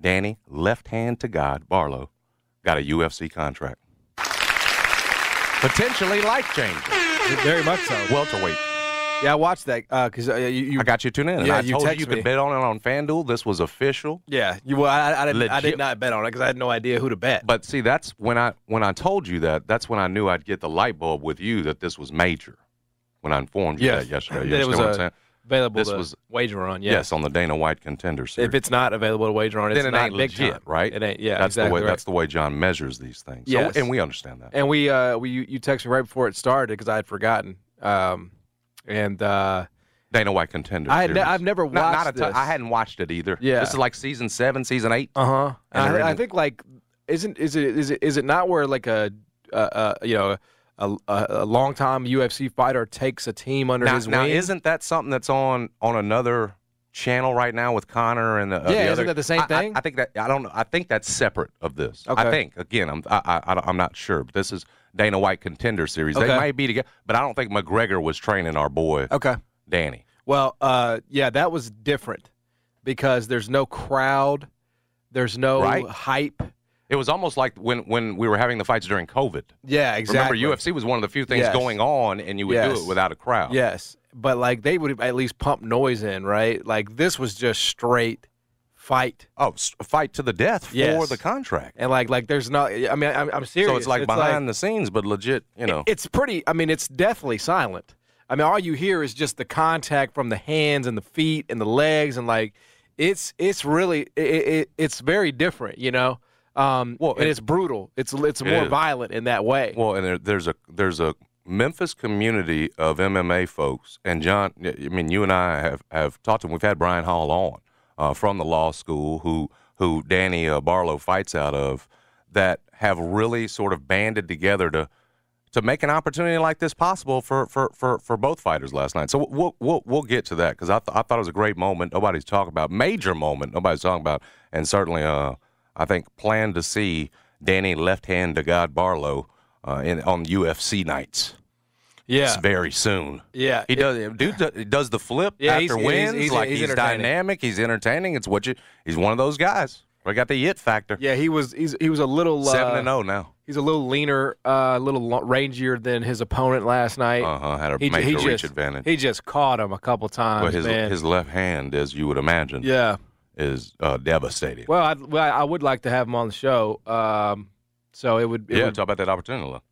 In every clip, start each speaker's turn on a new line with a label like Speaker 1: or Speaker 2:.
Speaker 1: Danny, left hand to God, Barlow, got a UFC contract. Potentially life changing.
Speaker 2: Very much so.
Speaker 1: Welterweight.
Speaker 2: Yeah, I watched that because uh, you, you.
Speaker 1: I got you tuned in. And
Speaker 2: Yeah,
Speaker 1: I
Speaker 2: you
Speaker 1: told you
Speaker 2: text
Speaker 1: you
Speaker 2: me.
Speaker 1: could bet on it on FanDuel. This was official.
Speaker 2: Yeah, you. Well, I, I, didn't, I did
Speaker 1: Legit-
Speaker 2: not bet on it because I had no idea who to bet.
Speaker 1: But see, that's when I when I told you that, that's when I knew I'd get the light bulb with you that this was major. When I informed you
Speaker 2: yeah,
Speaker 1: that yesterday. You
Speaker 2: That it
Speaker 1: understand
Speaker 2: was
Speaker 1: what I'm
Speaker 2: uh,
Speaker 1: saying?
Speaker 2: available
Speaker 1: This
Speaker 2: to
Speaker 1: was-
Speaker 2: wager on. Yeah.
Speaker 1: Yes, on the Dana White contender series.
Speaker 2: If it's not available to wager on, it's
Speaker 1: then it
Speaker 2: not
Speaker 1: ain't
Speaker 2: big
Speaker 1: legit,
Speaker 2: time.
Speaker 1: right?
Speaker 2: It ain't. Yeah,
Speaker 1: that's
Speaker 2: exactly.
Speaker 1: the way.
Speaker 2: right.
Speaker 1: That's the way John measures these things. So-
Speaker 2: Yes.
Speaker 1: and we understand that.
Speaker 2: And we, uh, we, you, you texted me right before it started because I had forgotten. Um, and uh,
Speaker 1: Dana White contender.
Speaker 2: I had ne-
Speaker 1: series.
Speaker 2: I've never
Speaker 1: Not- not
Speaker 2: watched
Speaker 1: a ton-
Speaker 2: this.
Speaker 1: I hadn't watched it either.
Speaker 2: Yeah.
Speaker 1: this is like season seven, season eight.
Speaker 2: uh huh.
Speaker 1: And there
Speaker 2: I, I
Speaker 1: isn't-
Speaker 2: think like, isn't is it is it is it not where like a, uh, uh, you know, a, a, a long time UFC fighter takes a team under
Speaker 1: now,
Speaker 2: his
Speaker 1: now
Speaker 2: wing?
Speaker 1: isn't that something that's on on another channel right now with Connor and the? uh, the
Speaker 2: Yeah, isn't
Speaker 1: other-
Speaker 2: that the same
Speaker 1: I- I-
Speaker 2: thing?
Speaker 1: I, think that I don't know. I think that's separate of this. I
Speaker 2: Okay.
Speaker 1: think again, I'm I, I, I am not sure. But this is Dana White contender series. They
Speaker 2: Okay.
Speaker 1: might be together, but I don't think McGregor was training our boy
Speaker 2: okay.
Speaker 1: Danny.
Speaker 2: Well, uh, yeah, that was different because there's no crowd, there's no
Speaker 1: Right.
Speaker 2: hype.
Speaker 1: It was almost like when when we were having the fights during COVID.
Speaker 2: Yeah, exactly.
Speaker 1: Remember, UFC was one of the few things
Speaker 2: Yes.
Speaker 1: going on, and you would do
Speaker 2: Yes.
Speaker 1: it without a crowd.
Speaker 2: Yes, but like they would at least pump noise in, right? Like this was just straight fight,
Speaker 1: Oh, s- fight to the death for
Speaker 2: Yes.
Speaker 1: the contract.
Speaker 2: and like like there's not. I mean, I'm, I'm serious.
Speaker 1: So it's like behind the scenes, but legit, you know.
Speaker 2: It's pretty. I mean, it's deathly silent. I mean, all you hear is just the contact from the hands and the feet and the legs, and like it's it's really it, it, it's very different, you know. Um,
Speaker 1: Well,
Speaker 2: and
Speaker 1: it-
Speaker 2: it's brutal. It's it's
Speaker 1: It
Speaker 2: more
Speaker 1: is.
Speaker 2: violent in that way.
Speaker 1: well, and there, there's a there's a Memphis community of MMA folks, and John. I mean, you and I have have talked to him. We've had Brian Hall on uh, from the law school, who who Danny uh, Barlow fights out of, that have really sort of banded together to to make an opportunity like this possible for for for, for both fighters last night. So we'll we'll, we'll get to that because I, th- I thought it was a great moment. Nobody's talking about major moment. Nobody's talking about, and certainly uh, I think plan to see Danny left hand to God Barlow uh, in on UFC nights.
Speaker 2: yeah,
Speaker 1: It's very soon.
Speaker 2: yeah.
Speaker 1: He does. Dude do- he does the flip
Speaker 2: Yeah, he's-
Speaker 1: after
Speaker 2: he's-
Speaker 1: wins.
Speaker 2: he's-
Speaker 1: like
Speaker 2: he's
Speaker 1: he's,
Speaker 2: entertaining.
Speaker 1: dynamic. He's entertaining. It's what you. He's one of those guys. I got the it factor.
Speaker 2: yeah, he was he's, he was a little uh,
Speaker 1: Seven and oh. zero now.
Speaker 2: He's a little leaner, uh, a little lo- rangier than his opponent last night.
Speaker 1: Uh huh. Had a
Speaker 2: he, ju-
Speaker 1: major
Speaker 2: he
Speaker 1: reach
Speaker 2: just,
Speaker 1: advantage.
Speaker 2: He just caught him a couple times,
Speaker 1: but his
Speaker 2: man.
Speaker 1: his left hand, as you would imagine,
Speaker 2: yeah.
Speaker 1: is uh, devastating.
Speaker 2: Well, I'd, well, I would like to have him on the show. Um, so it would, it
Speaker 1: yeah,
Speaker 2: would-
Speaker 1: talk about that opportunity. Lo.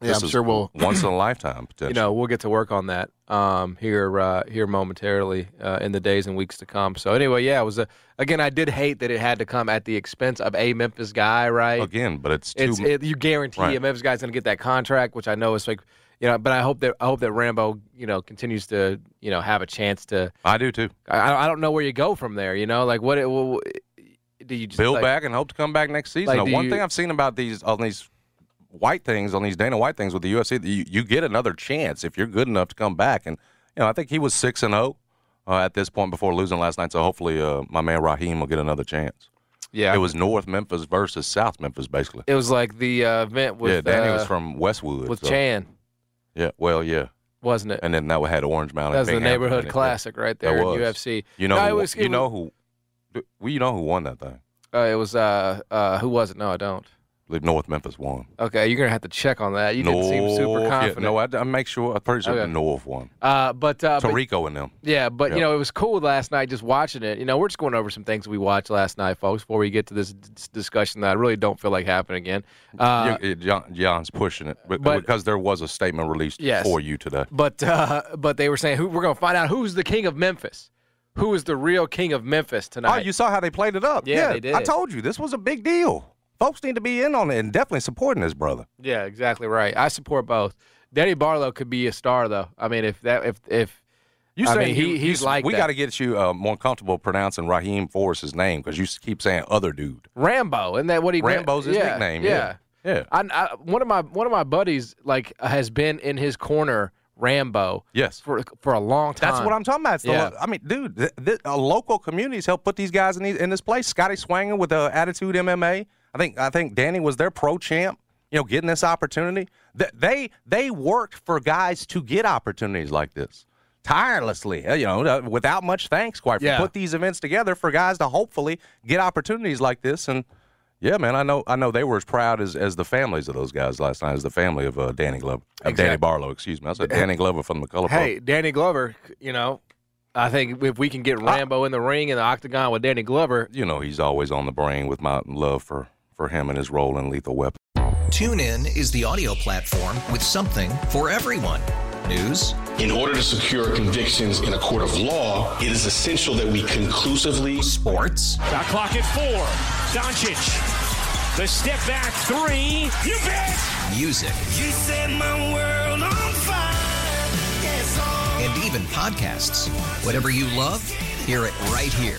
Speaker 2: Yeah,
Speaker 1: This
Speaker 2: I'm
Speaker 1: is
Speaker 2: sure we'll-
Speaker 1: once in a lifetime
Speaker 2: you
Speaker 1: potential.
Speaker 2: know, we'll get to work on that um, here uh, here momentarily uh, in the days and weeks to come. So anyway, yeah, it was a, again. I did hate that it had to come at the expense of a Memphis guy, right?
Speaker 1: Again, but Oh, it's too.
Speaker 2: It's it, you guarantee
Speaker 1: Right.
Speaker 2: a Memphis guy's going to get that contract, which I know is like, you know. But I hope that I hope that Rambo, you know, continues to you know have a chance to.
Speaker 1: I do too.
Speaker 2: I, I don't know where you go from there. You know, like what? It, well, do you just
Speaker 1: Build
Speaker 2: like-
Speaker 1: back and hope to come back next season.
Speaker 2: like,
Speaker 1: Now,
Speaker 2: do
Speaker 1: one
Speaker 2: you-
Speaker 1: thing I've seen about these on these white things on these Dana White things with the UFC, that you, you get another chance if you're good enough to come back. And you know, I think he was six and zero at this point before losing last night. So hopefully, uh, my man Raheem will get another chance.
Speaker 2: Yeah,
Speaker 1: It was North Memphis versus South Memphis, basically.
Speaker 2: It was like the uh, event with
Speaker 1: yeah, Danny
Speaker 2: uh,
Speaker 1: was from Westwood.
Speaker 2: with
Speaker 1: so-
Speaker 2: Chan,
Speaker 1: Yeah, well, yeah,
Speaker 2: wasn't it?
Speaker 1: and then that had Orange Mountain.
Speaker 2: that was the
Speaker 1: Binghamton in
Speaker 2: neighborhood
Speaker 1: it.
Speaker 2: classic right
Speaker 1: That
Speaker 2: there in
Speaker 1: was.
Speaker 2: UFC.
Speaker 1: You know,
Speaker 2: No,
Speaker 1: who,
Speaker 2: it was-
Speaker 1: you
Speaker 2: it
Speaker 1: know who. Well, you know who won that thing.
Speaker 2: Uh, it was uh, uh, who was it? No, I don't.
Speaker 1: I believe North Memphis won.
Speaker 2: Okay, you're gonna have to check on that. You didn't seem
Speaker 1: North-
Speaker 2: super
Speaker 1: yeah,
Speaker 2: confident.
Speaker 1: no, I, I make sure. I'm pretty sure
Speaker 2: Okay.
Speaker 1: North won.
Speaker 2: uh, but, uh, but
Speaker 1: Tarico and them.
Speaker 2: yeah, but
Speaker 1: Yeah.
Speaker 2: you know, it was cool last night just watching it. You know, we're just going over some things we watched last night, folks. Before we get to this d- discussion that I really don't feel like happening again. Uh,
Speaker 1: Yeah, yeah, John, John's pushing it but,
Speaker 2: but-
Speaker 1: because there was a statement released
Speaker 2: Yes.
Speaker 1: for you today.
Speaker 2: But uh, but they were saying who we're gonna find out who's the king of Memphis, who is the real king of Memphis tonight.
Speaker 1: Oh, you saw how they played it up.
Speaker 2: Yeah, they did.
Speaker 1: I told you this was a big deal. Folks need to be in on it and definitely supporting this brother.
Speaker 2: yeah, exactly right. I support both. Danny Barlow could be a star though. I mean, if that if if
Speaker 1: You
Speaker 2: I
Speaker 1: say
Speaker 2: mean,
Speaker 1: you-
Speaker 2: he-
Speaker 1: you
Speaker 2: he's
Speaker 1: s-
Speaker 2: like
Speaker 1: We
Speaker 2: that.
Speaker 1: got to get you uh, more comfortable pronouncing Raheem Forrest's name because you s- keep saying other dude.
Speaker 2: Rambo, isn't that what he?
Speaker 1: Rambo's his
Speaker 2: yeah,
Speaker 1: nickname,
Speaker 2: Yeah,
Speaker 1: yeah. Yeah.
Speaker 2: I, I, one of my one of my buddies like has been in his corner, Rambo.
Speaker 1: Yes.
Speaker 2: for for a long time.
Speaker 1: That's what I'm talking about. It's the
Speaker 2: Yeah.
Speaker 1: lo- I mean, dude, th- th- uh, local communities help put these guys in, these, in this place. Scotty Swanger with uh, Attitude MMA. I think I think Danny was their pro champ. You know, getting this opportunity. Th- they they worked for guys to get opportunities like this tirelessly. uh, You know, uh, without much thanks. Quite
Speaker 2: Yeah.
Speaker 1: put these events together for guys to hopefully get opportunities like this. And yeah, man, I know I know they were as proud as, as the families of those guys last night as the family of uh, Danny Glover, of Danny
Speaker 2: Exactly.
Speaker 1: Barlow. Excuse me, I said Danny Glover from the Color Purple.
Speaker 2: Hey, Danny Glover, you know, I think if we can get Rambo in the ring and the octagon with Danny Glover,
Speaker 1: you know he's always on the brain with my love for for him and his role in Lethal Weapon.
Speaker 3: TuneIn is the audio platform with something for everyone. News,
Speaker 4: In order to secure convictions in a court of law, it is essential that we conclusively
Speaker 3: sports,
Speaker 5: Shot clock at four. Doncic. The step back three. You bet.
Speaker 3: music,
Speaker 6: You set my world on fire. Yes, all.
Speaker 3: and even podcasts. Whatever you love, hear it right here